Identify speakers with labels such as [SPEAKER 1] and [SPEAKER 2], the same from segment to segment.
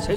[SPEAKER 1] 谁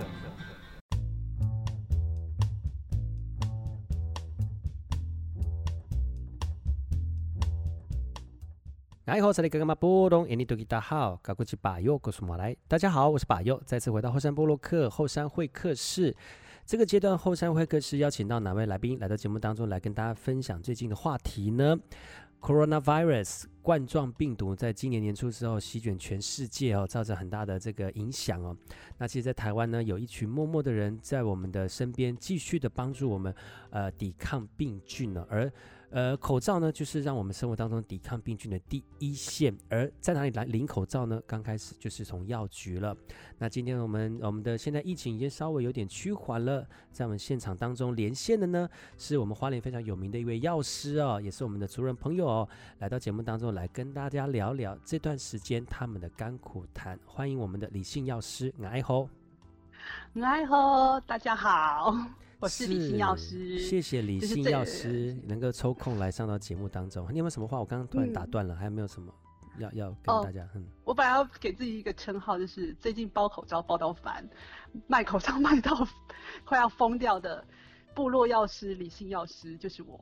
[SPEAKER 2] 哎，好，这里格格玛波隆，印尼多吉大号，嘎古吉巴佑，古苏马来。大家好，我是巴佑，再次回到后山波洛克后山会客室。这个阶段后山会客室邀请到哪位来宾来到节目当中来跟大家分享最近的话题呢？Coronavirus 冠状病毒在今年年初之后席卷全世界哦，造成很大的这个影响哦。那其实，在台湾呢，有一群默默的人在我们的身边，继续的帮助我们呃抵抗病菌呢、而呃，口罩呢，就是让我们生活当中抵抗病菌的第一线。而在哪里来领口罩呢？刚开始就是从药局了。那今天我们我们的现在疫情已经稍微有点趋缓了，在我们现场当中连线的呢，是我们花莲非常有名的一位药师哦，也是我们的族人朋友哦，来到节目当中来跟大家聊聊这段时间他们的甘苦谈。欢迎我们的理性药师爱吼，
[SPEAKER 3] 来吼，大家好，我是理性药师。
[SPEAKER 2] 谢谢理
[SPEAKER 3] 就是
[SPEAKER 2] 性
[SPEAKER 3] 这
[SPEAKER 2] 药
[SPEAKER 3] 个
[SPEAKER 2] 师能够抽空来上到节目当中。你有没有什么话？我刚刚突然打
[SPEAKER 3] 嗯
[SPEAKER 2] 断了，还有没有什么要要跟
[SPEAKER 3] 哦
[SPEAKER 2] 大家？嗯，
[SPEAKER 3] 我本来要给自己一个称号，就是最近包口罩包到烦，卖口罩卖到快要疯掉的部落药师、理性药师，就是我。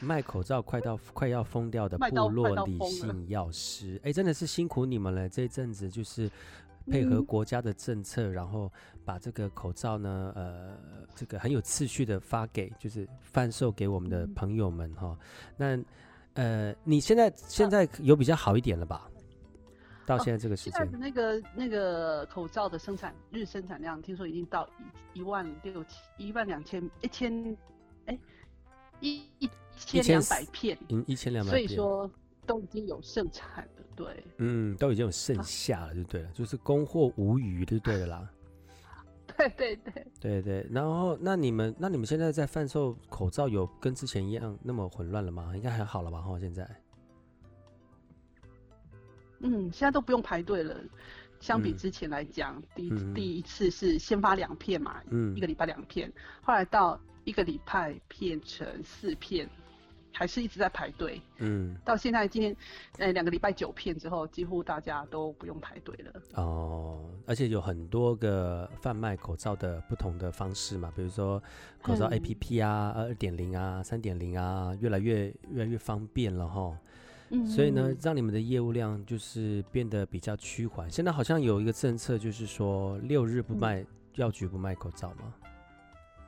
[SPEAKER 2] 卖口罩快到快要疯掉的
[SPEAKER 3] 卖
[SPEAKER 2] 部
[SPEAKER 3] 到快
[SPEAKER 2] 落
[SPEAKER 3] 到
[SPEAKER 2] 理
[SPEAKER 3] 疯了
[SPEAKER 2] 性药师，哎，真的是辛苦你们了。这一阵子就是配合
[SPEAKER 3] 嗯
[SPEAKER 2] 国家的政策，然后把这个口罩呢，呃，这个很有次序的发给，就是贩售给我们的
[SPEAKER 3] 嗯
[SPEAKER 2] 朋友们哈、那呃，你现在
[SPEAKER 3] 啊
[SPEAKER 2] 现在有比较好一点了吧？到现在这个时
[SPEAKER 3] 哦现在
[SPEAKER 2] 间
[SPEAKER 3] 的，那个那个口罩的生产日生产量，听说已经到一一万六千、一万两千、一千，哎，一一千两百片，
[SPEAKER 2] 嗯，一千两百
[SPEAKER 3] 所以
[SPEAKER 2] 遍，
[SPEAKER 3] 说都已经有盛产了。对，
[SPEAKER 2] 嗯，都已经有剩
[SPEAKER 3] 啊
[SPEAKER 2] 下了，就对了，就是供货无余，就对了啦。
[SPEAKER 3] 对对对。
[SPEAKER 2] 对对，然后那你们那你们现在在贩售口罩有跟之前一样那么混乱了吗？应该还好了吧？哈，现在
[SPEAKER 3] 嗯，现在都不用排队了。相比
[SPEAKER 2] 嗯
[SPEAKER 3] 之前来讲，第一
[SPEAKER 2] 嗯嗯
[SPEAKER 3] 第一次是先发两片嘛，
[SPEAKER 2] 嗯
[SPEAKER 3] 一个礼拜两片，后来到一个礼拜变成四片，还是一直在排队。
[SPEAKER 2] 嗯
[SPEAKER 3] 到现在今天，呃，两个礼拜九片之后，几乎大家都不用排队了。
[SPEAKER 2] 哦，而且有很多个贩卖口罩的不同的方式嘛，比如说口罩
[SPEAKER 3] 嗯
[SPEAKER 2] APP 啊、二点零啊、三点零啊，越来越越来越方便了哈。
[SPEAKER 3] 嗯，
[SPEAKER 2] 所以呢，让你们的业务量就是变得比较趋缓。现在好像有一个政策，就是说六日不
[SPEAKER 3] 嗯
[SPEAKER 2] 卖药局不卖口罩嘛。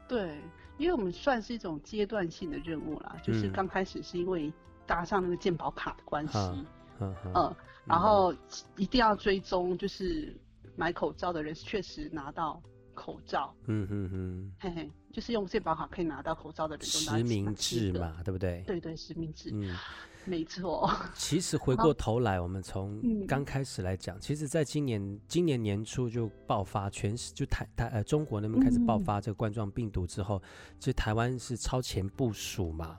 [SPEAKER 3] 对，因为我们算是一种阶段性的任务啦，就是
[SPEAKER 2] 嗯
[SPEAKER 3] 刚开始是因为搭上那个健保卡的关系，
[SPEAKER 2] 哈嗯哼
[SPEAKER 3] 嗯，然后一定要追踪，就是买口罩的人确实拿到口罩，
[SPEAKER 2] 嗯哼哼。
[SPEAKER 3] 嘿嘿，就是用健保卡可以拿到口罩的人都拿
[SPEAKER 2] 实名制
[SPEAKER 3] 的，
[SPEAKER 2] 嘛，对不对？
[SPEAKER 3] 对对，实名制，
[SPEAKER 2] 嗯，
[SPEAKER 3] 没错，
[SPEAKER 2] 其实回过头来，我们从
[SPEAKER 3] 嗯
[SPEAKER 2] 刚开始来讲，其实在今年今年年初就爆发全世就台台呃中国那边开始爆
[SPEAKER 3] 嗯
[SPEAKER 2] 发这个冠状病毒之后，其实台湾是超前部署嘛。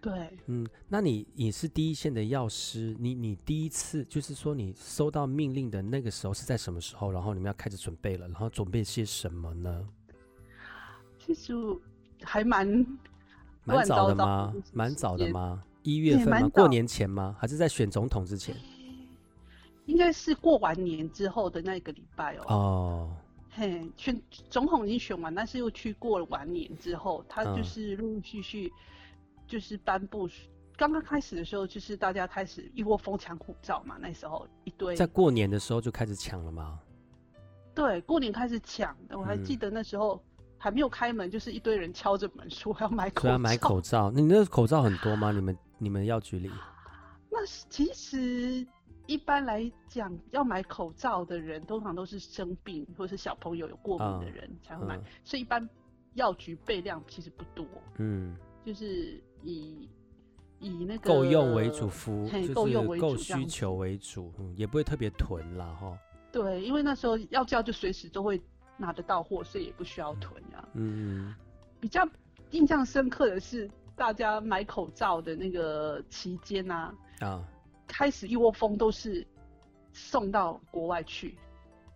[SPEAKER 3] 对，
[SPEAKER 2] 嗯，那你你是第一线的药师，你你第一次就是说你收到命令的那个时候是在什么时候？然后你们要开始准备了，然后准备些什么呢？
[SPEAKER 3] 其实还蛮
[SPEAKER 2] 蛮
[SPEAKER 3] 乱
[SPEAKER 2] 早的
[SPEAKER 3] 糟糟
[SPEAKER 2] 吗
[SPEAKER 3] 的时？
[SPEAKER 2] 蛮早的
[SPEAKER 3] 间
[SPEAKER 2] 吗？一月
[SPEAKER 3] 对
[SPEAKER 2] 份
[SPEAKER 3] 蛮
[SPEAKER 2] 吗？过
[SPEAKER 3] 早
[SPEAKER 2] 年前吗？还是在选总统之前？
[SPEAKER 3] 应该是过完年之后的那一个礼拜哦，
[SPEAKER 2] 哦，
[SPEAKER 3] 嘿，选总统已经选完，但是又去过了完年之后，他就
[SPEAKER 2] 嗯
[SPEAKER 3] 是陆陆续续就是颁布。刚刚开始的时候，就是大家开始一窝蜂抢护照嘛，那时候一堆
[SPEAKER 2] 在过年的时候就开始抢了吗？
[SPEAKER 3] 对过年开始抢的，我还记
[SPEAKER 2] 嗯
[SPEAKER 3] 得那时候还没有开门，就是一堆人敲着门说要买
[SPEAKER 2] 所以
[SPEAKER 3] 口罩。
[SPEAKER 2] 要买口罩。那你那口罩很多吗？你们你们药局里？
[SPEAKER 3] 那是其实一般来讲，要买口罩的人，通常都是生病或是小朋友有过敏的
[SPEAKER 2] 嗯
[SPEAKER 3] 人才会买，
[SPEAKER 2] 嗯
[SPEAKER 3] 所以一般药局备量其实不多。
[SPEAKER 2] 嗯，
[SPEAKER 3] 就是以以那个
[SPEAKER 2] 够用为主，服务
[SPEAKER 3] 呃嘿
[SPEAKER 2] 就
[SPEAKER 3] 够用
[SPEAKER 2] 是
[SPEAKER 3] 为
[SPEAKER 2] 够
[SPEAKER 3] 主这样
[SPEAKER 2] 需求为主，嗯，也不会特别囤啦哈。
[SPEAKER 3] 对，因为那时候要叫就随时都会拿得到货，所以也不需要囤啊。
[SPEAKER 2] 嗯，
[SPEAKER 3] 比较印象深刻的是，大家买口罩的那个期间啊，
[SPEAKER 2] 啊，
[SPEAKER 3] 开始一窝蜂都是送到国外去，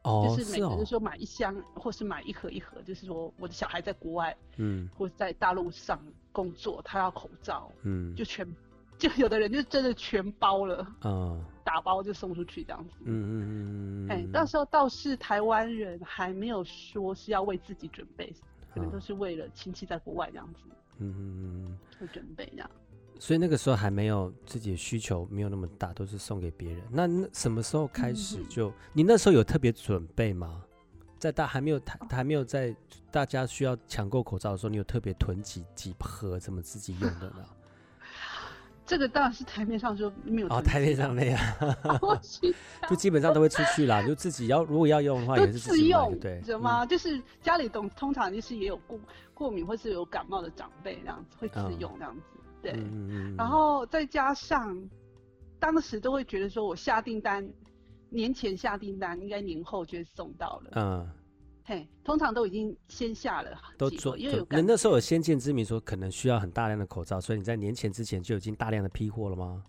[SPEAKER 2] 哦，
[SPEAKER 3] 就是每
[SPEAKER 2] 是
[SPEAKER 3] 个
[SPEAKER 2] 哦
[SPEAKER 3] 人，说买一箱，或是买一盒一盒，就是说我的小孩在国外
[SPEAKER 2] 嗯
[SPEAKER 3] 或者在大陆上工作，他要口罩，
[SPEAKER 2] 嗯，
[SPEAKER 3] 就全就有的人就真的全包了，
[SPEAKER 2] 嗯
[SPEAKER 3] 打包就送出去这样子。
[SPEAKER 2] 嗯嗯嗯嗯，
[SPEAKER 3] 哎，
[SPEAKER 2] 嗯
[SPEAKER 3] 到时候倒是台湾人还没有说是要为自己准备，可能
[SPEAKER 2] 哦
[SPEAKER 3] 都是为了亲戚在国外这样子
[SPEAKER 2] 嗯嗯嗯嗯，
[SPEAKER 3] 会准备这样。
[SPEAKER 2] 所以那个时候还没有自己的需求没有那么大，都是送给别人。那那什么时候开始
[SPEAKER 3] 嗯
[SPEAKER 2] 就、你那时候有特别准备吗？在大还没有台还没有在大家需要抢购口罩的时候，你有特别囤几几盒怎么自己用的呢？
[SPEAKER 3] 这个当然是台面上说没有
[SPEAKER 2] 哦，
[SPEAKER 3] 囤积
[SPEAKER 2] 台面上
[SPEAKER 3] 啊，
[SPEAKER 2] 没有，
[SPEAKER 3] 我 去
[SPEAKER 2] 就基本上都会出去啦。啊你就自己要如果要用的话，
[SPEAKER 3] 都
[SPEAKER 2] 哦也是自
[SPEAKER 3] 自
[SPEAKER 2] 己买
[SPEAKER 3] 用
[SPEAKER 2] 的，，对，
[SPEAKER 3] 知道
[SPEAKER 2] 嗯
[SPEAKER 3] 吗？就是家里懂，通常就是也有过过敏或是有感冒的长辈这样子会自
[SPEAKER 2] 嗯
[SPEAKER 3] 用这样子，对。
[SPEAKER 2] 嗯嗯嗯
[SPEAKER 3] 然后再加上当时都会觉得说我下订单，年前下订单，应该年后就会送到了。
[SPEAKER 2] 嗯，
[SPEAKER 3] 嘿，通常都已经先下了，
[SPEAKER 2] 都
[SPEAKER 3] 几
[SPEAKER 2] 做
[SPEAKER 3] 个因为有
[SPEAKER 2] 那
[SPEAKER 3] 感
[SPEAKER 2] 那时候有先见之明，说可能需要很大量的口罩，所以你在年前之前就已经大量的批货了吗？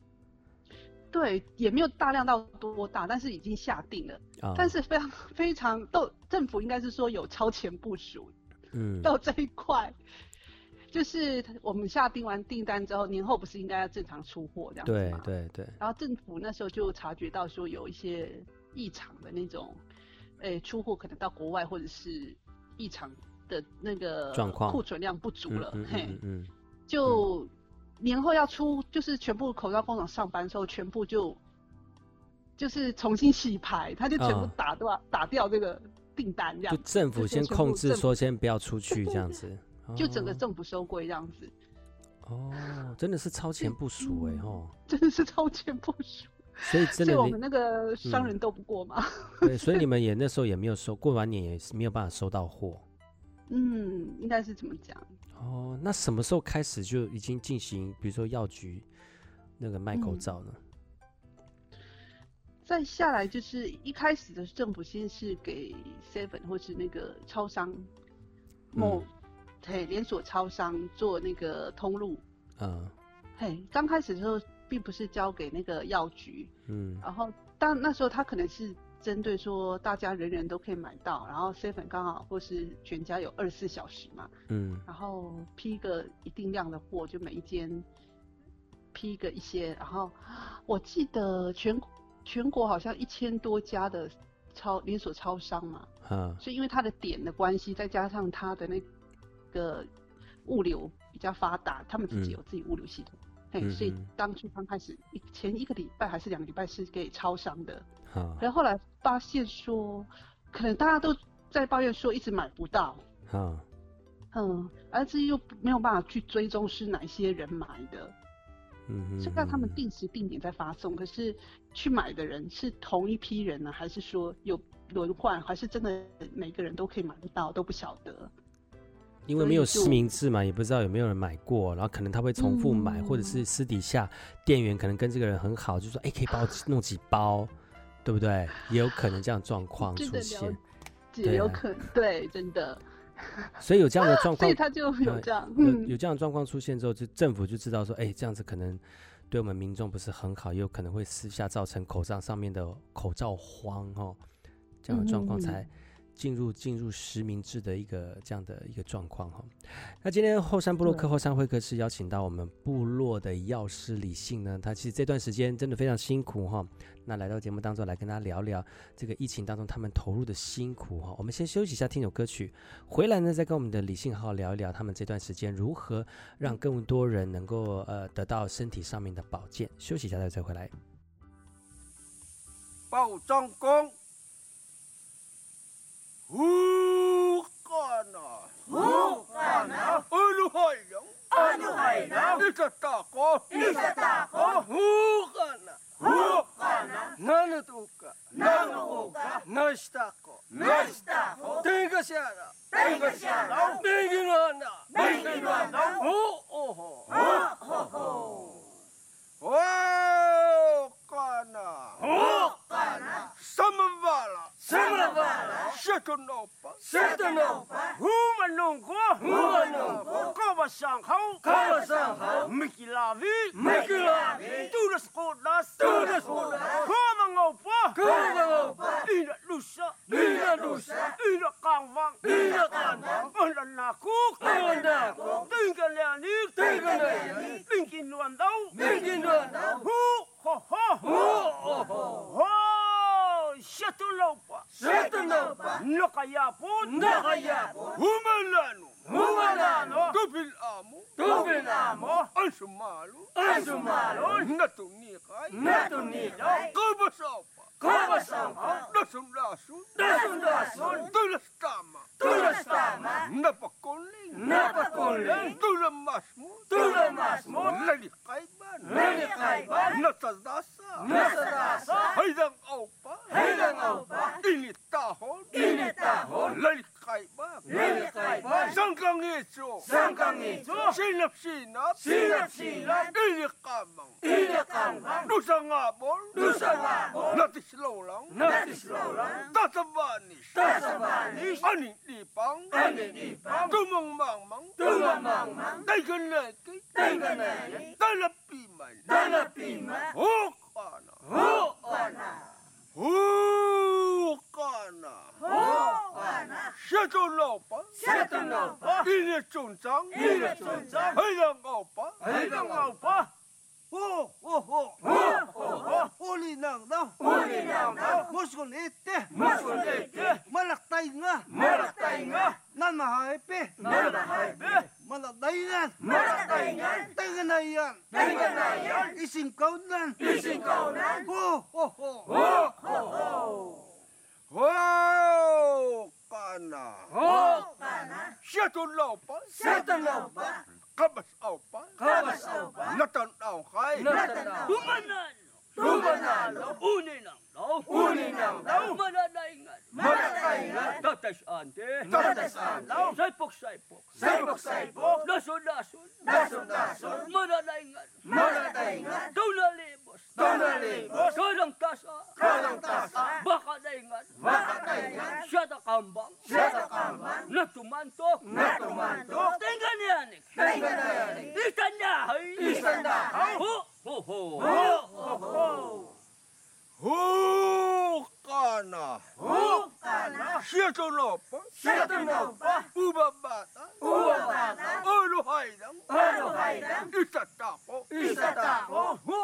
[SPEAKER 3] 对，也没有大量到多大，但是已经下定了。
[SPEAKER 2] 啊，
[SPEAKER 3] 但是非常非常都政府应该是说有超前部署
[SPEAKER 2] 嗯
[SPEAKER 3] 到这一块。就是我们下订完订单之后，年后不是应该要正常出货这样子
[SPEAKER 2] 对
[SPEAKER 3] 吗？
[SPEAKER 2] 对对，
[SPEAKER 3] 然后政府那时候就察觉到说有一些异常的那种，诶、出货可能到国外或者是异常的那个
[SPEAKER 2] 状况
[SPEAKER 3] 库存量不足了，
[SPEAKER 2] 嗯
[SPEAKER 3] 嘿，
[SPEAKER 2] 嗯嗯
[SPEAKER 3] 就年后要出，就是全部口罩工厂上班的时候，全部就就是重新洗牌，他就全部
[SPEAKER 2] 啊
[SPEAKER 3] 打断、打掉这个订单，这
[SPEAKER 2] 嗯，就
[SPEAKER 3] 样
[SPEAKER 2] 政府
[SPEAKER 3] 就
[SPEAKER 2] 先
[SPEAKER 3] 先全
[SPEAKER 2] 控
[SPEAKER 3] 部
[SPEAKER 2] 制
[SPEAKER 3] 政府
[SPEAKER 2] 说先不要出去这样子，
[SPEAKER 3] 就整个
[SPEAKER 2] 哦
[SPEAKER 3] 政府收归这样子，
[SPEAKER 2] 哦，真的是超前部署哎
[SPEAKER 3] 嗯
[SPEAKER 2] 哦，
[SPEAKER 3] 真的是超前部署，
[SPEAKER 2] 所以 真
[SPEAKER 3] 所以
[SPEAKER 2] 的
[SPEAKER 3] 我
[SPEAKER 2] 你
[SPEAKER 3] 们那个商
[SPEAKER 2] 嗯
[SPEAKER 3] 人斗不过嘛，
[SPEAKER 2] 对，所以你们也那时候也没有收，过完年也是没有办法收到货
[SPEAKER 3] 嗯，应该是怎么讲？
[SPEAKER 2] 哦。那什么时候开始就已经进行，比如说药局那个卖口
[SPEAKER 3] 嗯
[SPEAKER 2] 罩呢？
[SPEAKER 3] 再下来就是一开始的政府先是给 Seven 或是那个超商，
[SPEAKER 2] 嗯
[SPEAKER 3] 某、嘿连锁超商做那个通路，
[SPEAKER 2] 嗯
[SPEAKER 3] 嘿，刚开始的时候并不是交给那个药局，
[SPEAKER 2] 嗯
[SPEAKER 3] 然后当那时候他可能是针对说大家人人都可以买到，然后 Seven 刚好或是全家有二十四小时嘛，
[SPEAKER 2] 嗯
[SPEAKER 3] 然后批个一定量的货，就每一间批个一些，然后我记得全全国好像一千多家的超连锁超商嘛，
[SPEAKER 2] 嗯
[SPEAKER 3] 所以因为它的点的关系，再加上它的那个物流比较发达，他们自己
[SPEAKER 2] 嗯
[SPEAKER 3] 有自己物流系统，嘿，
[SPEAKER 2] 嗯
[SPEAKER 3] 所以
[SPEAKER 2] 嗯
[SPEAKER 3] 当初刚开始一前一个礼拜还是两个礼拜是给超商的，
[SPEAKER 2] 好
[SPEAKER 3] 可是后来发现说，可能大家都在抱怨说一直买不到。
[SPEAKER 2] 好
[SPEAKER 3] 嗯，而这又没有办法去追踪是哪些人买的，
[SPEAKER 2] 嗯哼，
[SPEAKER 3] 虽然他们
[SPEAKER 2] 嗯
[SPEAKER 3] 定时定点在发送，可是去买的人是同一批人呢，还是说有轮换，还是真的每个人都可以买得到，都不晓得。
[SPEAKER 2] 因为
[SPEAKER 3] 所
[SPEAKER 2] 没
[SPEAKER 3] 以
[SPEAKER 2] 有
[SPEAKER 3] 就
[SPEAKER 2] 实名制嘛，也不知道有没有人买过，然后可能他会重复买，或者
[SPEAKER 3] 嗯
[SPEAKER 2] 是私底下店员可能跟这个人很好，就说哎，可以帮我弄几包，对不对？也有可能这样的状况
[SPEAKER 3] 真
[SPEAKER 2] 出
[SPEAKER 3] 的了
[SPEAKER 2] 现，对
[SPEAKER 3] 解，有
[SPEAKER 2] 啊
[SPEAKER 3] 可能对，真的，
[SPEAKER 2] 所以有这样的状
[SPEAKER 3] 所
[SPEAKER 2] 况
[SPEAKER 3] 以，他就有这样，
[SPEAKER 2] 有
[SPEAKER 3] 嗯
[SPEAKER 2] 有这样的状况出现之后，就政府就知道说，哎，这样子可能对我们民众不是很好，也有可能会私下造成口罩上面的口罩荒哦，这样的状况
[SPEAKER 3] 嗯
[SPEAKER 2] 才进入进入实名制的一个这样的一个状况哈。那今天后山部落克
[SPEAKER 3] 对
[SPEAKER 2] 后山会客室邀请到我们部落的药师李信呢，他其实这段时间真的非常辛苦哈。那来到节目当中来跟大家聊聊这个疫情当中他们投入的辛苦哦哈。我们先休息一下，听首歌曲，回来呢再跟我们的李信好好聊一聊他们这段时间如何让更多人能够呃得到身体上面的保健。休息一下再回来。
[SPEAKER 4] 报张公，胡干呐，胡干呐，二路海洋，二路海洋，一只大哥，一只大哥，胡干呐，胡干呐，哪里都干，哪里都干，哪是大哥，哪是大哥，天个下了，天个下了，天个乱了，天个乱了，哦哦吼，哦吼吼，哦干呐，哦。Samavala. Samavala. Shatanopa. Shatanopa. Humanongo. Humanongo. Kama Sanghao. Kama Sanghao. Mikilavi. Mikilavi. Tunas Kodas. Tunas Kodas. Kama Ngopa. Kama Ngopa. Ina lusa,
[SPEAKER 5] Ina lusa,
[SPEAKER 4] ina kangwang,
[SPEAKER 5] ina kanang,
[SPEAKER 4] mananakuk,
[SPEAKER 5] Mananakuk.
[SPEAKER 4] tingalanik,
[SPEAKER 5] Tingalanik.
[SPEAKER 4] tingkinuandaw,
[SPEAKER 5] Tingkinuandaw.
[SPEAKER 4] hu, ho, ho,
[SPEAKER 5] hu, ho, ho.
[SPEAKER 4] ho, siatulaupa,
[SPEAKER 5] Siatulaupa.
[SPEAKER 4] nakayapon,
[SPEAKER 5] Nakayapon.
[SPEAKER 4] humalano,
[SPEAKER 5] Humalano.
[SPEAKER 4] tubilamo,
[SPEAKER 5] Tubilamo.
[SPEAKER 4] ang sumalo,
[SPEAKER 5] Ang sumalo.
[SPEAKER 4] natunikay,
[SPEAKER 5] Natunikay.
[SPEAKER 4] kabasapa,
[SPEAKER 5] Kabasapa.
[SPEAKER 4] nasumlasun,
[SPEAKER 5] Nasumlasun.
[SPEAKER 4] tulastama,
[SPEAKER 5] Tulas tama.
[SPEAKER 4] Napakuling!
[SPEAKER 5] Napakuling!
[SPEAKER 4] Tulamas mo!
[SPEAKER 5] Tulamas mo!
[SPEAKER 4] Lalikayban!
[SPEAKER 5] Lalikayban!
[SPEAKER 4] Nasadasa!
[SPEAKER 5] Nasadasa!
[SPEAKER 4] Haydang aupa!
[SPEAKER 5] Haydang aupa!
[SPEAKER 4] Initahon!
[SPEAKER 5] Initahon!
[SPEAKER 4] Lalikayban!
[SPEAKER 5] Lalikayban!
[SPEAKER 4] Sangkang iso!
[SPEAKER 5] Sangkang iso!
[SPEAKER 4] Sinap-sinap!
[SPEAKER 5] Sinap-sinap!
[SPEAKER 4] Ilikamang!
[SPEAKER 5] Ilikangbang!
[SPEAKER 4] Dusangabol!
[SPEAKER 5] Dusangabol!
[SPEAKER 4] Natislolang!
[SPEAKER 5] Natislolang!
[SPEAKER 4] Tatabanis!
[SPEAKER 5] Tasabanis!
[SPEAKER 4] Aning ipang!
[SPEAKER 5] Aning ipang!
[SPEAKER 4] Tumangmangmang!
[SPEAKER 5] Tumamangmang!
[SPEAKER 4] Taiganaki!
[SPEAKER 5] Taiganaki!
[SPEAKER 4] Talapiman!
[SPEAKER 5] Talapima!
[SPEAKER 4] Hukana!
[SPEAKER 5] Hukana!
[SPEAKER 4] Hukana!
[SPEAKER 5] Hukana!
[SPEAKER 4] Shatulapa!
[SPEAKER 5] Shatulapa!
[SPEAKER 4] Inetsunsang!
[SPEAKER 5] Inetsunsang!
[SPEAKER 4] Hailangaupa!
[SPEAKER 5] Hailangaupa!
[SPEAKER 4] Ho! Ho! Ho!
[SPEAKER 5] Ho! Ho! Ho!
[SPEAKER 4] Ulinangdaw!
[SPEAKER 5] Ulinangdaw!
[SPEAKER 4] Musgunete!
[SPEAKER 5] Musgunete!
[SPEAKER 4] Malaktaynga!
[SPEAKER 5] Malaktaynga!
[SPEAKER 4] Nanmahaepe!
[SPEAKER 5] Malakaybe!
[SPEAKER 4] Malakdaynan!
[SPEAKER 5] Malakdaynan!
[SPEAKER 4] Tanganayan!
[SPEAKER 5] Tanganayan!
[SPEAKER 4] Isingkaunan!
[SPEAKER 5] Isingkaunan!
[SPEAKER 4] Ho! Ho! Ho!
[SPEAKER 5] Hukana!
[SPEAKER 4] Hukana!
[SPEAKER 5] Hukana!
[SPEAKER 4] Shatulapa!
[SPEAKER 5] Shatulapa!
[SPEAKER 4] Kabasaupa!
[SPEAKER 5] Kabasaupa!
[SPEAKER 4] Natanawkay!
[SPEAKER 5] Natanawkay!
[SPEAKER 4] Humanalo!
[SPEAKER 5] Humanalo!
[SPEAKER 4] Uninanglaw!
[SPEAKER 5] Uninanglaw!
[SPEAKER 4] Mananaingan!
[SPEAKER 5] Mananaingan!
[SPEAKER 4] Tatasante!
[SPEAKER 5] Tatasante!
[SPEAKER 4] Saipok-saipok!
[SPEAKER 5] Saipok-saipok!
[SPEAKER 4] Lason-lason!
[SPEAKER 5] Lason-lason!
[SPEAKER 4] Mananaingan!
[SPEAKER 5] Mananaingan!
[SPEAKER 4] Tunalibos!
[SPEAKER 5] Tunalibos!
[SPEAKER 4] Kadangtasa!
[SPEAKER 5] Kadangtasa!
[SPEAKER 4] Bakadaingan!
[SPEAKER 5] Bakadaingan!
[SPEAKER 4] Syatakambang!
[SPEAKER 5] Syatakambang!
[SPEAKER 4] Natumantok!
[SPEAKER 5] Natumantok!
[SPEAKER 4] Tinganayanik!
[SPEAKER 5] Tinganayanik!
[SPEAKER 4] Itandahay!
[SPEAKER 5] Itandahay!
[SPEAKER 4] Ho! Ho! Ho!
[SPEAKER 5] Hukana!
[SPEAKER 4] Hukana!
[SPEAKER 5] Hukana!
[SPEAKER 4] Siyatunopa!
[SPEAKER 5] Siyatunopa!
[SPEAKER 4] Ubabata!
[SPEAKER 5] Ubabata!
[SPEAKER 4] Uluhaydang!
[SPEAKER 5] Uluhaydang!
[SPEAKER 4] Isatako!
[SPEAKER 5] Isatako!
[SPEAKER 4] Ho!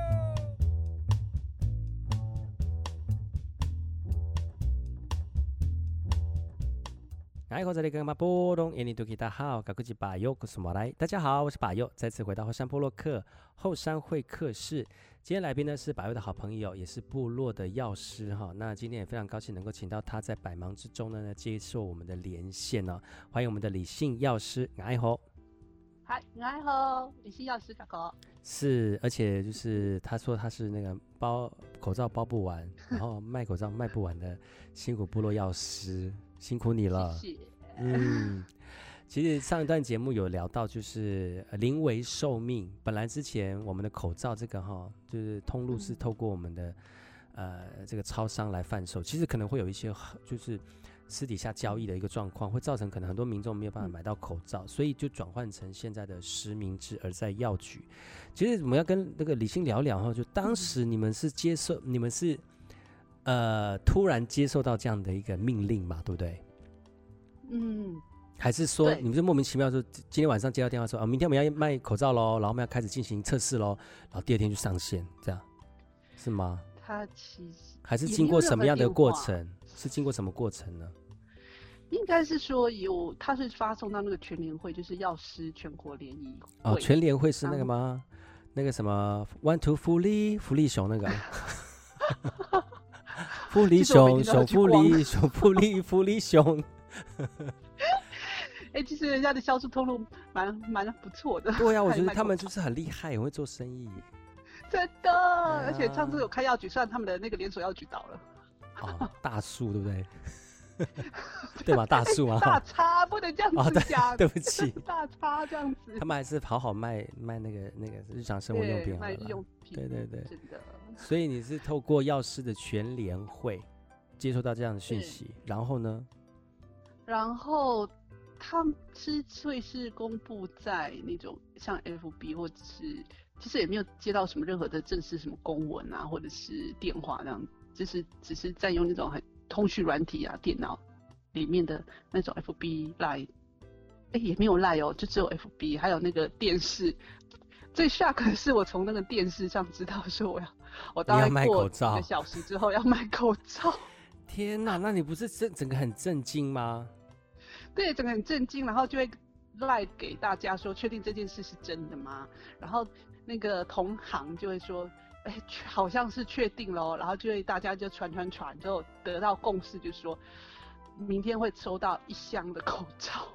[SPEAKER 2] 然后这里跟马波隆印尼多吉大好，赶快去把右古苏莫来。大家好，我是把右，再次回到后山部落客后山会客室。今天来宾呢是把右的好朋友，也是部落的药师哈。那今天也非常高兴能够请到他在百忙之中呢接受我们的连线哦。欢迎我们的李信药师，爱吼。
[SPEAKER 3] 嗨，你好，你是药师哥哥。
[SPEAKER 2] 是，而且就是他说他是那个包口罩包不完，然后卖口罩卖不完的辛苦部落药师，辛苦你了。
[SPEAKER 3] 谢谢。
[SPEAKER 2] 嗯， 其实上一段节目有聊到，就是呃临危受命。本来之前我们的口罩这个哈，就是通路是透过我们的、呃这个超商来贩售，其实可能会有一些就是私底下交易的一个状况，会造成可能很多民众没有办法买到口罩，所以就转换成现在的实名制，而在药局。其实我们要跟那个李欣聊聊哈，就当时你们是接受，你们是呃突然接受到这样的一个命令嘛，对不对？
[SPEAKER 3] 嗯，
[SPEAKER 2] 还是说
[SPEAKER 3] 对
[SPEAKER 2] 你们是莫名其妙说今今天晚上接到电话说啊，明天我们要卖口罩喽，然后我们要开始进行测试喽，然后第二天就上线，这样是吗？
[SPEAKER 3] 他其实
[SPEAKER 2] 还是
[SPEAKER 3] 也
[SPEAKER 2] 经
[SPEAKER 3] 没
[SPEAKER 2] 过
[SPEAKER 3] 有任
[SPEAKER 2] 什么
[SPEAKER 3] 何
[SPEAKER 2] 样的
[SPEAKER 3] 电
[SPEAKER 2] 过
[SPEAKER 3] 话
[SPEAKER 2] 程？是经过什么过程呢？
[SPEAKER 3] 应该是说有，他是发送到那个全联会，就是药师全国联谊
[SPEAKER 2] 哦，
[SPEAKER 3] 会。
[SPEAKER 2] 全联会是那个
[SPEAKER 3] 然
[SPEAKER 2] 吗？那个什么 One Two 福利福利熊那个， 福利
[SPEAKER 3] 其实我
[SPEAKER 2] 熊
[SPEAKER 3] 每天都
[SPEAKER 2] 熊
[SPEAKER 3] 要去
[SPEAKER 2] 福
[SPEAKER 3] 逛
[SPEAKER 2] 利熊福利福利 熊，
[SPEAKER 3] 哎、其实人家的销售通路蛮蛮不错的，
[SPEAKER 2] 对呀、啊我
[SPEAKER 3] 还
[SPEAKER 2] 觉得
[SPEAKER 3] 卖
[SPEAKER 2] 他
[SPEAKER 3] 口
[SPEAKER 2] 们就是很厉害，很会做生意
[SPEAKER 3] 真的。而且上次
[SPEAKER 2] 啊
[SPEAKER 3] 有开药局，虽然他们的那个连锁药局倒了，
[SPEAKER 2] 哦，大树对不 对？对吧？大树啊，
[SPEAKER 3] 大差不能这样
[SPEAKER 2] 哦
[SPEAKER 3] 子
[SPEAKER 2] 对
[SPEAKER 3] 讲，
[SPEAKER 2] 对不起
[SPEAKER 3] 大差这样子
[SPEAKER 2] 他。们还是好好卖卖那个那个日常生活用
[SPEAKER 3] 对，
[SPEAKER 2] 品好
[SPEAKER 3] 卖
[SPEAKER 2] 了
[SPEAKER 3] 日用
[SPEAKER 2] 啦。
[SPEAKER 3] 品，
[SPEAKER 2] 对对对
[SPEAKER 3] 真的。
[SPEAKER 2] 所以你是透
[SPEAKER 3] 嗯
[SPEAKER 2] 过药师的全联会接收到这样的讯
[SPEAKER 3] 是
[SPEAKER 2] 息，然后呢？
[SPEAKER 3] 然后他们之所以是公布在那种像 FB 或者是，其实也没有接到什么任何的正式什么公文啊，或者是电话那样，就是只是占用那种很通讯软体啊、电脑里面的那种 FB Line，哎、也没有 Line 哦，就只有 FB，还有那个电视。最 shock 的是，我从那个电视上知道说我要，我大
[SPEAKER 2] 你要
[SPEAKER 3] 概
[SPEAKER 2] 卖
[SPEAKER 3] 过
[SPEAKER 2] 口
[SPEAKER 3] 几
[SPEAKER 2] 罩
[SPEAKER 3] 个小时之后要买口罩。
[SPEAKER 2] 天哪，那你不是整整个很震惊吗？
[SPEAKER 3] 对，整个很震惊，然后就会赖给大家说，确定这件事是真的吗？然后那个同行就会说，哎，确好像是确定喽，然后就会大家就传传传，就得到共识，就说明天会抽到一箱的口罩，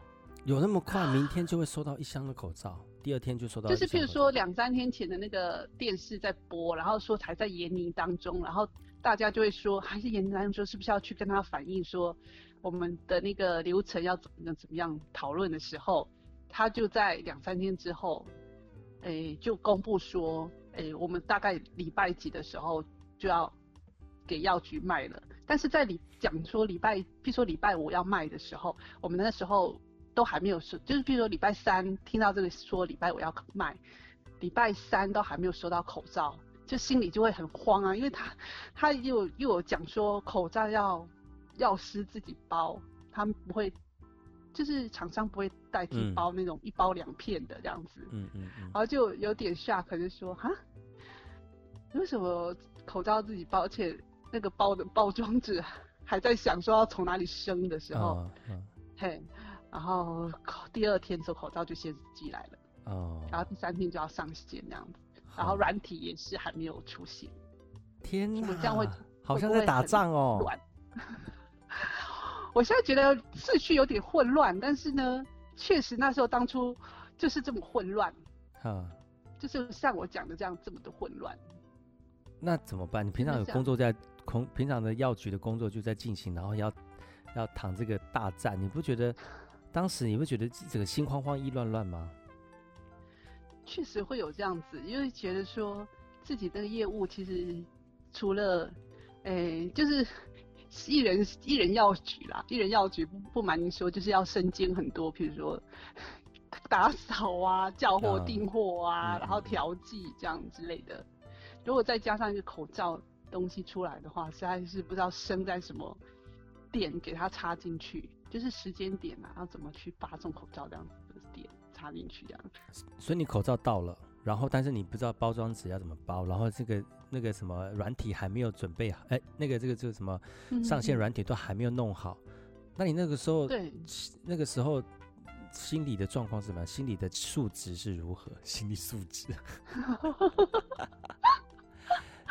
[SPEAKER 2] 有那么快？明天就会收到一箱的口罩，第二天就收到一
[SPEAKER 3] 就
[SPEAKER 2] 箱口
[SPEAKER 3] 是
[SPEAKER 2] 罩。
[SPEAKER 3] 譬如说两三天前的那个电视在播，然后说还在研拟当中，然后大家就会说，还是研拟当中，是不是要去跟他反映说我们的那个流程要怎么样怎么样讨论的时候，他就在两三天之后，诶、就公布说，诶、我们大概礼拜几的时候就要给药局卖了。但是在礼讲说礼拜，譬如说礼拜五要卖的时候，我们那时候都还没有收，就是譬如说礼拜三听到这个说礼拜五要卖，礼拜三都还没有收到口罩，就心里就会很慌啊，因为他他又又有讲说口罩要药师自己包，他们不会，就是厂商不会代替
[SPEAKER 2] 嗯
[SPEAKER 3] 包那种一包两片的这样子，
[SPEAKER 2] 嗯嗯嗯
[SPEAKER 3] 然，后就有点 shock，就说哈，为什么口罩自己包，而且那个包的包装纸还在想说要从哪里生的时候，
[SPEAKER 2] 哦嗯
[SPEAKER 3] 嘿，然后口第二天的时候口罩就先寄来了，
[SPEAKER 2] 哦，
[SPEAKER 3] 然后第三天就要上线这样子，
[SPEAKER 2] 好
[SPEAKER 3] 然后软体也是还没有出现，
[SPEAKER 2] 天
[SPEAKER 3] 你
[SPEAKER 2] 哪，
[SPEAKER 3] 这样会
[SPEAKER 2] 好
[SPEAKER 3] 会
[SPEAKER 2] 像
[SPEAKER 3] 不
[SPEAKER 2] 在
[SPEAKER 3] 会
[SPEAKER 2] 打
[SPEAKER 3] 很
[SPEAKER 2] 仗哦。
[SPEAKER 3] 乱。 我现在觉得秩序有点混乱，但是呢，确实那时候当初就是这么混乱，
[SPEAKER 2] 啊，
[SPEAKER 3] 就是像我讲的这样这么的混乱。
[SPEAKER 2] 那怎么办？你平
[SPEAKER 3] 真的
[SPEAKER 2] 常有
[SPEAKER 3] 是
[SPEAKER 2] 工
[SPEAKER 3] 啊
[SPEAKER 2] 作在空，平常的药局的工作就在进行，然后要要躺这个大战，你不觉得当时你会觉得整个心慌慌、意乱乱吗？
[SPEAKER 3] 确实会有这样子，因为觉得说自己这个业务其实除了，诶、就是 一人一人药局啦，一人药局不不瞒您说，就是要身兼很多，比如说 打扫啊、叫货、
[SPEAKER 2] 嗯
[SPEAKER 3] 订货啊，
[SPEAKER 2] 嗯
[SPEAKER 3] 然后
[SPEAKER 2] 嗯嗯
[SPEAKER 3] 调剂这样之类的。如果再加上一个口罩东西出来的话，实在是不知道生在什么点给它插进去，就是时间点啊，要怎么去拔中口罩这样子的点插进去这样。
[SPEAKER 2] 所以你口罩到了，然后但是你不知道包装纸要怎么包，然后这个那个什么软体还没有准备好，哎，那个这个这个什么上线
[SPEAKER 3] 嗯
[SPEAKER 2] 软体都还没有弄好，那你那个时候
[SPEAKER 3] 对，
[SPEAKER 2] 那个时候心理的状况是什么样？心理的数值是如何？ 心理素质。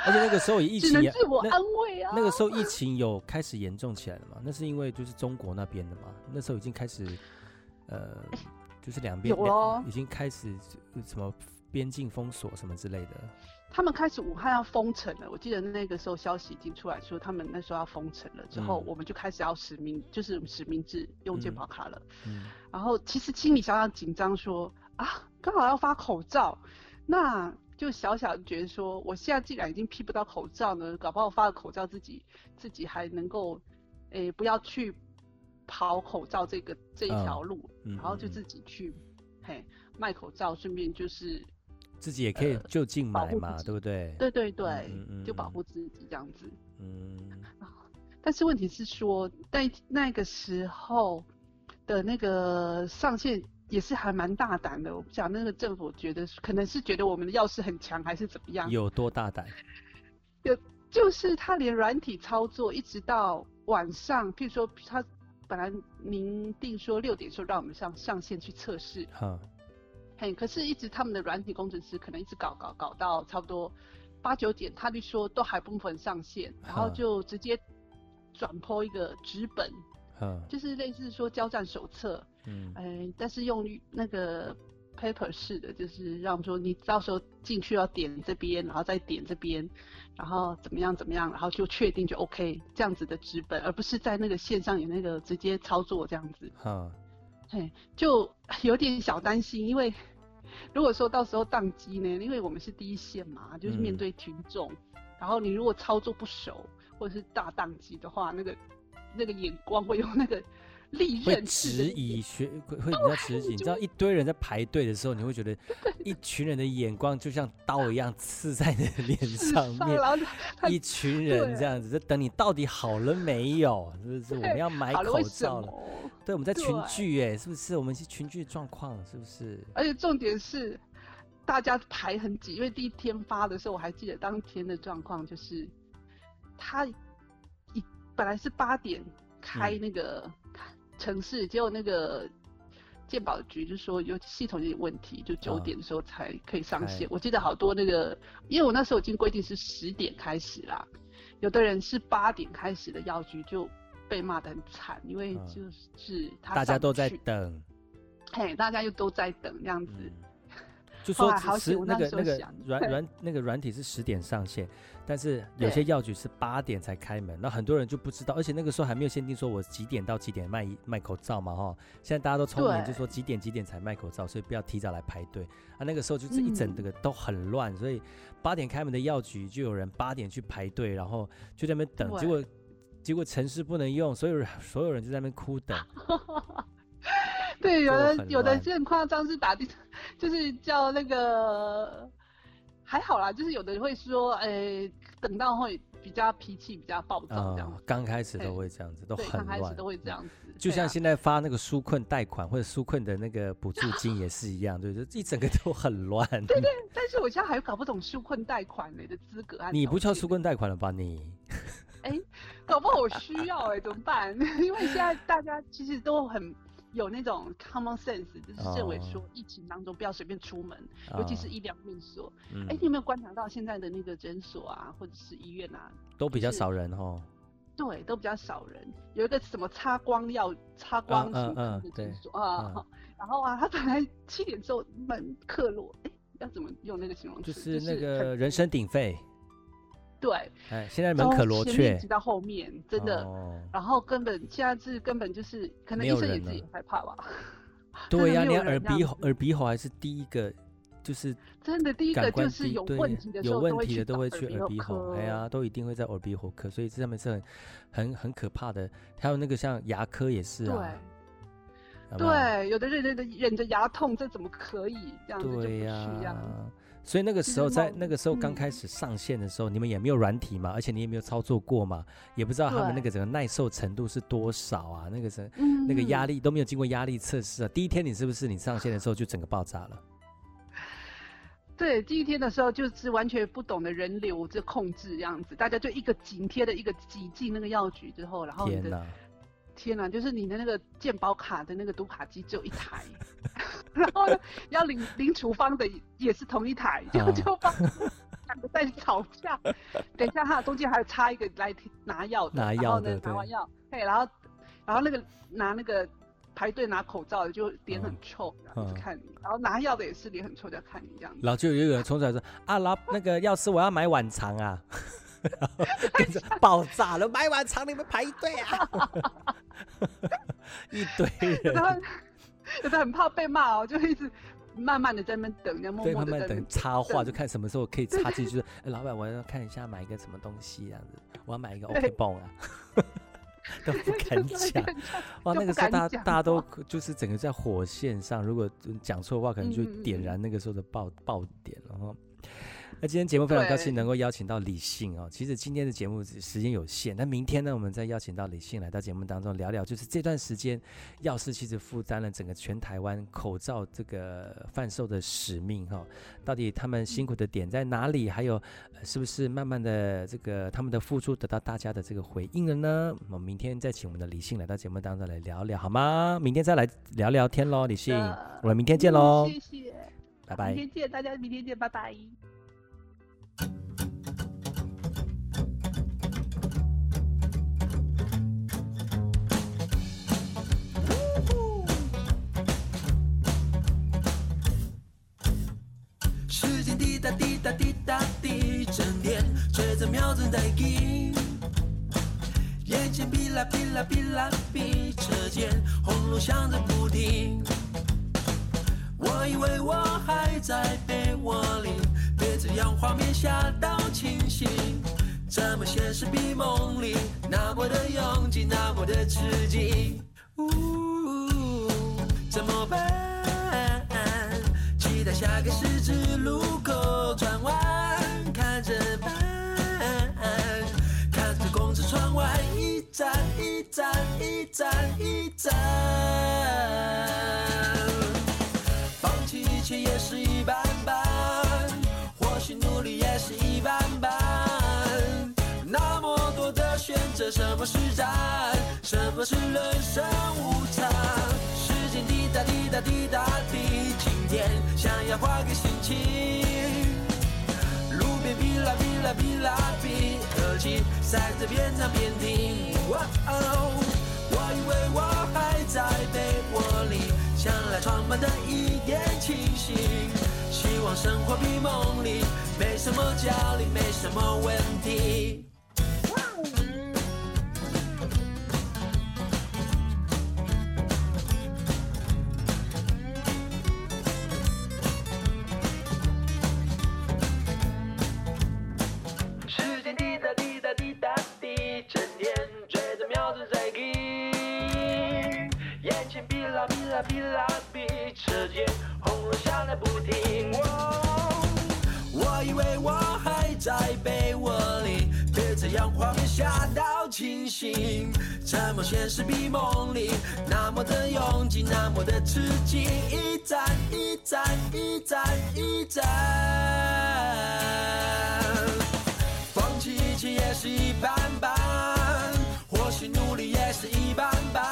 [SPEAKER 2] 而且那个时候疫
[SPEAKER 3] 只
[SPEAKER 2] 情
[SPEAKER 3] 能
[SPEAKER 2] 也
[SPEAKER 3] 自我
[SPEAKER 2] 那
[SPEAKER 3] 安慰啊。
[SPEAKER 2] 那个时候疫情有开始严重起来了嘛？那是因为就是中国那边的嘛，那时候已经开始呃，就是两边
[SPEAKER 3] 有
[SPEAKER 2] 两
[SPEAKER 3] 哦
[SPEAKER 2] 已经开始呃什么边境封锁什么之类的。
[SPEAKER 3] 他们开始武汉要封城了，我记得那个时候消息已经出来说他们那时候要封城了，之后
[SPEAKER 2] 嗯
[SPEAKER 3] 我们就开始要实名，就是实名制用健保卡了。
[SPEAKER 2] 嗯，
[SPEAKER 3] 然后其实心里小小紧张说啊，刚好要发口罩，那就小小觉得说，我现在既然已经批不到口罩呢，搞不好发了口罩自己自己还能够，诶、不要去跑口罩这个这一
[SPEAKER 2] 嗯
[SPEAKER 3] 条路，
[SPEAKER 2] 嗯
[SPEAKER 3] 然后
[SPEAKER 2] 嗯
[SPEAKER 3] 就
[SPEAKER 2] 嗯
[SPEAKER 3] 自己去，嘿卖口罩，顺便就是
[SPEAKER 2] 自己也可以就近
[SPEAKER 3] 呃保
[SPEAKER 2] 买
[SPEAKER 3] 护
[SPEAKER 2] 嘛，
[SPEAKER 3] 自己
[SPEAKER 2] 对不对？
[SPEAKER 3] 对对对，
[SPEAKER 2] 嗯嗯
[SPEAKER 3] 就保
[SPEAKER 2] 嗯
[SPEAKER 3] 护自己这样子。
[SPEAKER 2] 嗯，
[SPEAKER 3] 但是问题是说，在那个时候的那个上线也是还蛮大胆的。我不讲那个政府觉得可能是觉得我们的钥匙很强，还是怎么样？
[SPEAKER 2] 有多大胆？
[SPEAKER 3] 就是他连软体操作，一直到晚上，譬如说他本来明定说六点说让我们上上线去测试，
[SPEAKER 2] 哈，
[SPEAKER 3] 嘿，可是一直他们的软体工程师可能一直搞搞搞到差不多八九点，他就说都还不能上线，然后
[SPEAKER 2] 嗯
[SPEAKER 3] 就直接转播一个纸本，
[SPEAKER 2] 哈，
[SPEAKER 3] 就是类似说交战手册，
[SPEAKER 2] 嗯
[SPEAKER 3] 哎、但是用那个 paper 式的，就是让说你到时候进去要点这边，然后再点这边，然后怎么样怎么样，然后就确定就 OK 这样子的纸本，而不是在那个线上有那个直接操作这样子。
[SPEAKER 2] 哈，
[SPEAKER 3] 嘿，就有点小担心，因为如果说到时候宕机呢，因为我们是第一线嘛，就是面
[SPEAKER 2] 嗯
[SPEAKER 3] 对群众，然后你如果操作不熟或者是大宕机的话，那个那个眼光会用那个利
[SPEAKER 1] 会
[SPEAKER 3] 刃式的
[SPEAKER 1] 质疑学，会会比较质疑。你 知道一堆人在排队的时候，你会觉得一群人的眼光就像刀一样刺在你的脸
[SPEAKER 3] 自
[SPEAKER 1] 上
[SPEAKER 3] 杀
[SPEAKER 1] 面，
[SPEAKER 3] 然后他
[SPEAKER 1] 一群人
[SPEAKER 3] 对
[SPEAKER 1] 这样子在等你到底好了没有？是不是我们
[SPEAKER 3] 对
[SPEAKER 1] 要买
[SPEAKER 3] 好了，
[SPEAKER 1] 口
[SPEAKER 3] 为什
[SPEAKER 1] 罩了？
[SPEAKER 3] 么？
[SPEAKER 1] 对，我们在群
[SPEAKER 3] 对
[SPEAKER 1] 聚哎，是不是？我们是群聚状况，是不是？
[SPEAKER 3] 而且重点是，大家排很挤，因为第一天发的时候，我还记得当天的状况就是，他一本来是八点开
[SPEAKER 1] 嗯
[SPEAKER 3] 那个城市，结果那个鉴宝局就说有系统有点问题，就九
[SPEAKER 1] 啊
[SPEAKER 3] 点的时候才可以上线。
[SPEAKER 1] 开
[SPEAKER 3] 我记得好多那个，因为我那时候已经规定是十点开始啦，有的人是八点开始的药局就。被骂得很惨，因为
[SPEAKER 1] 嗯
[SPEAKER 3] 就是他
[SPEAKER 1] 大家
[SPEAKER 3] 上不
[SPEAKER 1] 都在
[SPEAKER 3] 去
[SPEAKER 1] 等，
[SPEAKER 3] 嘿，大家又都在等这样子，
[SPEAKER 1] 嗯，就
[SPEAKER 3] 后
[SPEAKER 1] 说
[SPEAKER 3] 来好
[SPEAKER 1] 只
[SPEAKER 3] 险
[SPEAKER 1] 是
[SPEAKER 3] 我
[SPEAKER 1] 那
[SPEAKER 3] 那
[SPEAKER 1] 个
[SPEAKER 3] 时候
[SPEAKER 1] 那个
[SPEAKER 3] 想
[SPEAKER 1] 软
[SPEAKER 3] 对
[SPEAKER 1] 软那个软体是十点上线，但是有些
[SPEAKER 3] 对
[SPEAKER 1] 药局是八点才开门，那很多人就不知道，而且那个时候还没有限定说我几点到几点卖卖口罩嘛哈，现在大家都聪明，就
[SPEAKER 3] 对
[SPEAKER 1] 说几点几点才卖口罩，所以不要提早来排队啊。那个时候就是一整
[SPEAKER 3] 嗯
[SPEAKER 1] 这个都很乱，所以八点开门的药局就有人八点去排队，然后就在那边等，
[SPEAKER 3] 对
[SPEAKER 1] 结果结果城市不能用，所有人所有人就在那边哭等，
[SPEAKER 3] 啊对，有
[SPEAKER 1] 就
[SPEAKER 3] 的
[SPEAKER 1] 很
[SPEAKER 3] 有的
[SPEAKER 1] 乱
[SPEAKER 3] 是很夸张，是打电， 就是叫那个还好啦，就是有的人会说，哎、等到会比较脾气比较暴躁这样
[SPEAKER 1] 啊
[SPEAKER 3] 子，，
[SPEAKER 1] 刚开始都
[SPEAKER 3] 对
[SPEAKER 1] 会这样子，都
[SPEAKER 3] 对，
[SPEAKER 1] 很
[SPEAKER 3] 刚开始
[SPEAKER 1] 乱，嗯
[SPEAKER 3] 都会这样子，
[SPEAKER 1] 就
[SPEAKER 3] 对
[SPEAKER 1] 像
[SPEAKER 3] 啊
[SPEAKER 1] 现在发那个纾困贷款或者纾困的那个补助金也是一样， 对，就一整个都很乱。对对，
[SPEAKER 3] 但是我现在还搞不懂纾困贷款嘞的资格啊，
[SPEAKER 1] 你不叫纾
[SPEAKER 3] 纾，
[SPEAKER 1] 困贷款了吧你？
[SPEAKER 3] 搞不好我需要哎、怎么办？ 因为现在大家其实都很。有那种 common sense，就是认为说
[SPEAKER 1] 哦
[SPEAKER 3] 疫情当中不要随便出门，尤其是
[SPEAKER 1] 啊
[SPEAKER 3] 医疗院所。
[SPEAKER 1] 嗯
[SPEAKER 3] 哎、你有没有观察到现在的那个诊所啊，或者是医院啊，
[SPEAKER 1] 都比较
[SPEAKER 3] 是
[SPEAKER 1] 少人哦。
[SPEAKER 3] 对，都比较少人。有一个什么擦光药、擦光
[SPEAKER 1] 嗯
[SPEAKER 3] 什
[SPEAKER 1] 嗯
[SPEAKER 3] 么
[SPEAKER 1] 嗯
[SPEAKER 3] 的
[SPEAKER 1] 对
[SPEAKER 3] 诊所啊，
[SPEAKER 1] 嗯
[SPEAKER 3] 然后啊，他本来七点之后门克洛，哎，要怎么用那个形容词？
[SPEAKER 1] 就是那
[SPEAKER 3] 很
[SPEAKER 1] 个人声鼎沸，
[SPEAKER 3] 对，
[SPEAKER 1] 哎，现在门
[SPEAKER 3] 从
[SPEAKER 1] 可罗
[SPEAKER 3] 前面
[SPEAKER 1] 雀
[SPEAKER 3] 一直，到后面，真的。
[SPEAKER 1] 哦
[SPEAKER 3] 然后根本现在是根本就是，可能
[SPEAKER 1] 没
[SPEAKER 3] 医
[SPEAKER 1] 有
[SPEAKER 3] 生也
[SPEAKER 1] 人
[SPEAKER 3] 自己
[SPEAKER 1] 了
[SPEAKER 3] 害怕吧。
[SPEAKER 1] 对呀，
[SPEAKER 3] 没
[SPEAKER 1] 连
[SPEAKER 3] 有人
[SPEAKER 1] 耳
[SPEAKER 3] 这样
[SPEAKER 1] 鼻喉
[SPEAKER 3] 子
[SPEAKER 1] 耳鼻喉还是第一个，就是
[SPEAKER 3] 真的，第一
[SPEAKER 1] 感
[SPEAKER 3] 个
[SPEAKER 1] 官
[SPEAKER 3] 就是
[SPEAKER 1] 第一
[SPEAKER 3] 有
[SPEAKER 1] 对
[SPEAKER 3] 问题的时
[SPEAKER 1] 有
[SPEAKER 3] 候
[SPEAKER 1] 问
[SPEAKER 3] 都会
[SPEAKER 1] 题
[SPEAKER 3] 去
[SPEAKER 1] 的都
[SPEAKER 3] 找
[SPEAKER 1] 会去耳
[SPEAKER 3] 鼻
[SPEAKER 1] 鼻喉，
[SPEAKER 3] 科。
[SPEAKER 1] 哎呀，都一定会在耳鼻喉科，所以这上面是很很很可怕的。还有那个像牙科也是啊，有没有
[SPEAKER 3] 对。对，有的人忍着忍着牙痛，这怎么可以这样子就不
[SPEAKER 1] 对
[SPEAKER 3] 去
[SPEAKER 1] 呀、
[SPEAKER 3] 这样？
[SPEAKER 1] 所以那个
[SPEAKER 3] 其
[SPEAKER 1] 时
[SPEAKER 3] 实
[SPEAKER 1] 候在
[SPEAKER 3] 猫
[SPEAKER 1] 那个时候刚
[SPEAKER 3] 嗯
[SPEAKER 1] 开始上线的时候，你们也没有软体嘛，而且你也没有操作过嘛，也不知道他们那
[SPEAKER 3] 对
[SPEAKER 1] 个整个耐受程度是多少啊，那个是
[SPEAKER 3] 嗯，
[SPEAKER 1] 那个压力都没有经过压力测试啊。第一天你是不是你上线的时候就整个爆炸了？
[SPEAKER 3] 对，第一天的时候就是完全不懂得人流这控制这样子，大家就一个紧贴的一个挤进那个药局之后，然后你
[SPEAKER 1] 天
[SPEAKER 3] 的
[SPEAKER 1] 哪！
[SPEAKER 3] 天哪，就是你的那个健保卡的那个读卡机只有一台， 然后呢要领领处方的也是同一台，就
[SPEAKER 1] 啊
[SPEAKER 3] 就放两个在吵架，等一下哈，中间还有插一个来拿药的，
[SPEAKER 1] 拿
[SPEAKER 3] 然
[SPEAKER 1] 药
[SPEAKER 3] 后呢
[SPEAKER 1] 的
[SPEAKER 3] 拿完
[SPEAKER 1] 对
[SPEAKER 3] 药，对，然后然后那个拿那个。排队拿口罩的就脸很
[SPEAKER 1] 嗯
[SPEAKER 3] 臭，然后一直
[SPEAKER 1] 嗯
[SPEAKER 3] 看你，然后拿药的也是脸很臭，在看你这样子。
[SPEAKER 1] 然后就有一个人冲出来说：“啊，老那个药师，我要买晚肠啊！”然后跟着爆炸了，买晚肠你们排队啊！ 一堆人
[SPEAKER 3] 然 后有的很怕被骂哦，就一直慢慢的在那边等，然后默
[SPEAKER 1] 对，
[SPEAKER 3] 默
[SPEAKER 1] 慢
[SPEAKER 3] 的
[SPEAKER 1] 慢
[SPEAKER 3] 在那
[SPEAKER 1] 等
[SPEAKER 3] 边
[SPEAKER 1] 插话，就
[SPEAKER 3] 等
[SPEAKER 1] 看什么时候可以插进去。哎，老板，我要看一下买一个什么东西这样子，我要买一个 OK
[SPEAKER 3] 对
[SPEAKER 1] 泵啊， 都不 敢
[SPEAKER 3] 就是
[SPEAKER 1] 讲。哇，
[SPEAKER 3] 就
[SPEAKER 1] 那个时候
[SPEAKER 3] 不敢
[SPEAKER 1] 大家
[SPEAKER 3] 讲
[SPEAKER 1] 大家都
[SPEAKER 3] 话
[SPEAKER 1] 就是整个在火线上，如果讲错话，可能就
[SPEAKER 3] 嗯嗯
[SPEAKER 1] 点
[SPEAKER 3] 嗯
[SPEAKER 1] 燃那个时候的爆爆点了哈。那今天节目非常高兴
[SPEAKER 3] 对
[SPEAKER 1] 能够邀请到李信哦。其实今天的节目时间有限，那明天呢，我们再邀请到李信来到节目当中聊聊，就是这段时间药师其实负担了整个全台湾口罩这个贩售的使命哈、到底他们辛苦的点在哪里？还有、呃是不是慢慢的这个他们的付出得到大家的这个回应了呢？我们明天再请我们的李信来到节目当中来聊聊好吗？明天再来聊聊天喽，李信，
[SPEAKER 3] 的
[SPEAKER 1] 我们明天见
[SPEAKER 3] 嗯
[SPEAKER 1] 喽，
[SPEAKER 3] 谢谢，
[SPEAKER 1] 拜拜
[SPEAKER 3] 明。天见，大家明天见，拜拜。
[SPEAKER 6] 时间滴答滴答滴答滴，整天追着瞄准待机。眼前噼啦噼啦噼啦噼，车间轰隆响着不停。我以为我还在被窝里，对着洋画面吓到清醒。怎么现实比梦里那么的拥挤，那么的刺激？呜，怎么办？期待下个十字路口转弯，看着办，看着公司窗外一盏一盏一盏一盏。放弃一切也是一般般，或许努力也是一般般。那么多的选择，什么是战？什么是人生无常？时间滴答滴答滴答滴，今天想要换个心情。路边哔啦哔啦哔啦哔，耳机塞着边唱边听。哇哦，我以为我还在被窝里，想来床板的一点清醒。希望生活比梦里没什么焦虑，没什么问题。时间滴答滴答滴答滴，整天追着瞄准在盯，眼前哔啦哔啦哔啦哔，车间轰隆响个不停。哦，我以为我还在被窝里，被这样画面吓到清醒，怎么现实比梦里那么的拥挤，那么的刺激？一站一站一站一站。放弃一切也是一般般，或许努力也是一般般。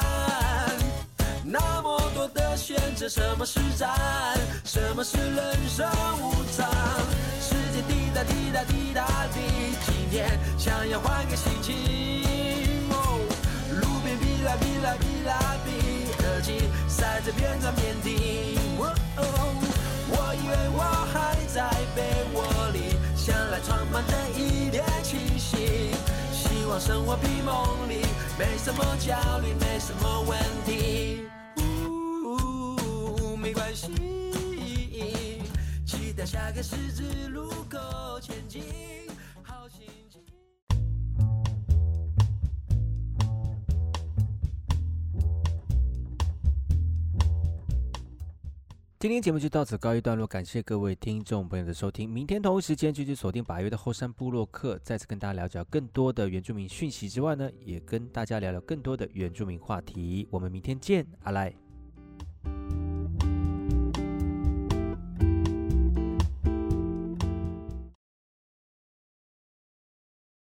[SPEAKER 6] 那么多的选择，什么是战？什么是人生无常？时间滴答滴答滴答滴，今天想要换个心情。哦，路边哔啦哔啦哔啦哔，耳机塞着边唱边听。哦哦我以为我还在被窝里，想来床板的一点清醒。希望生活比梦里没什么焦虑，没什么问题。呜，没关系，期待下个十字路口前进，好心情。
[SPEAKER 2] 今天节目就到此告一段落，感谢各位听众朋友的收听。明天同一时间继续锁定百越的后山部落客，再次跟大家了解更多的原住民讯息之外呢，也跟大家聊聊更多的原住民话题。我们明天见，阿赖。